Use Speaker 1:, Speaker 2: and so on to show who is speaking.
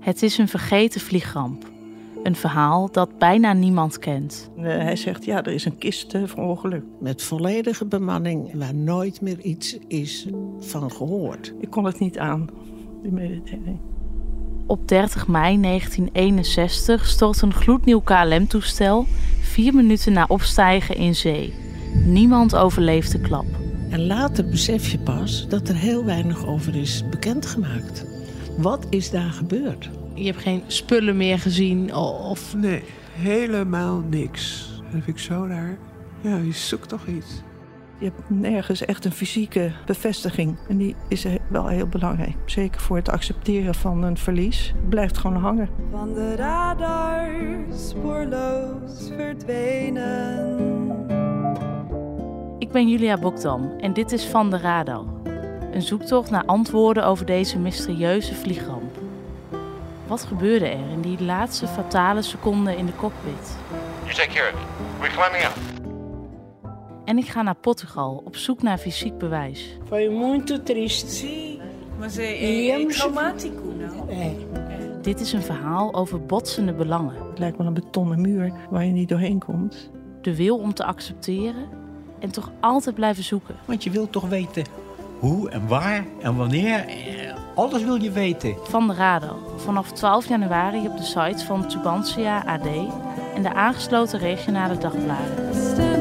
Speaker 1: Het is een vergeten vliegramp. Een verhaal dat bijna niemand kent.
Speaker 2: Eh, hij zegt, ja, er is een kist eh, verongelukt.
Speaker 3: Met volledige bemanning waar nooit meer iets is van gehoord.
Speaker 2: Ik kon het niet aan, die mededeling.
Speaker 1: Op 30 mei 1961 stort een gloednieuw KLM-toestel vier minuten na opstijgen in zee. Niemand overleeft de klap.
Speaker 3: En later besef je pas dat er heel weinig over is bekendgemaakt. Wat is daar gebeurd?
Speaker 4: Je hebt geen spullen meer gezien o- of
Speaker 5: Nee, helemaal niks. Dat vind ik zo raar. Ja, je zoekt toch iets.
Speaker 2: Je hebt nergens echt een fysieke bevestiging. En die is he- wel heel belangrijk. Zeker voor het accepteren van een verlies. Het blijft gewoon hangen.
Speaker 6: Van de radar spoorloos verdwenen.
Speaker 1: Ik ben Julia Bokdam en dit is Van de Radar. Een zoektocht naar antwoorden over deze mysterieuze vliegramp. Wat gebeurde er in die laatste fatale seconde in de cockpit?
Speaker 7: You take care of it. We're climbing out.
Speaker 1: En ik ga naar Portugal op zoek naar fysiek bewijs.
Speaker 8: Foi muito triste.
Speaker 6: Maar
Speaker 8: é Íamos- traumático,
Speaker 6: nou?
Speaker 8: É.
Speaker 1: Dit is een verhaal over botsende belangen.
Speaker 2: Het lijkt wel een betonnen muur waar je niet doorheen komt.
Speaker 1: De wil om te accepteren en toch altijd blijven zoeken.
Speaker 9: Want je wilt toch weten hoe en waar en wanneer. eh, Alles wil je weten.
Speaker 1: Van de Radar. Vanaf 12 januari op de site van Tubantia AD en de aangesloten regionale dagbladen.
Speaker 6: Stil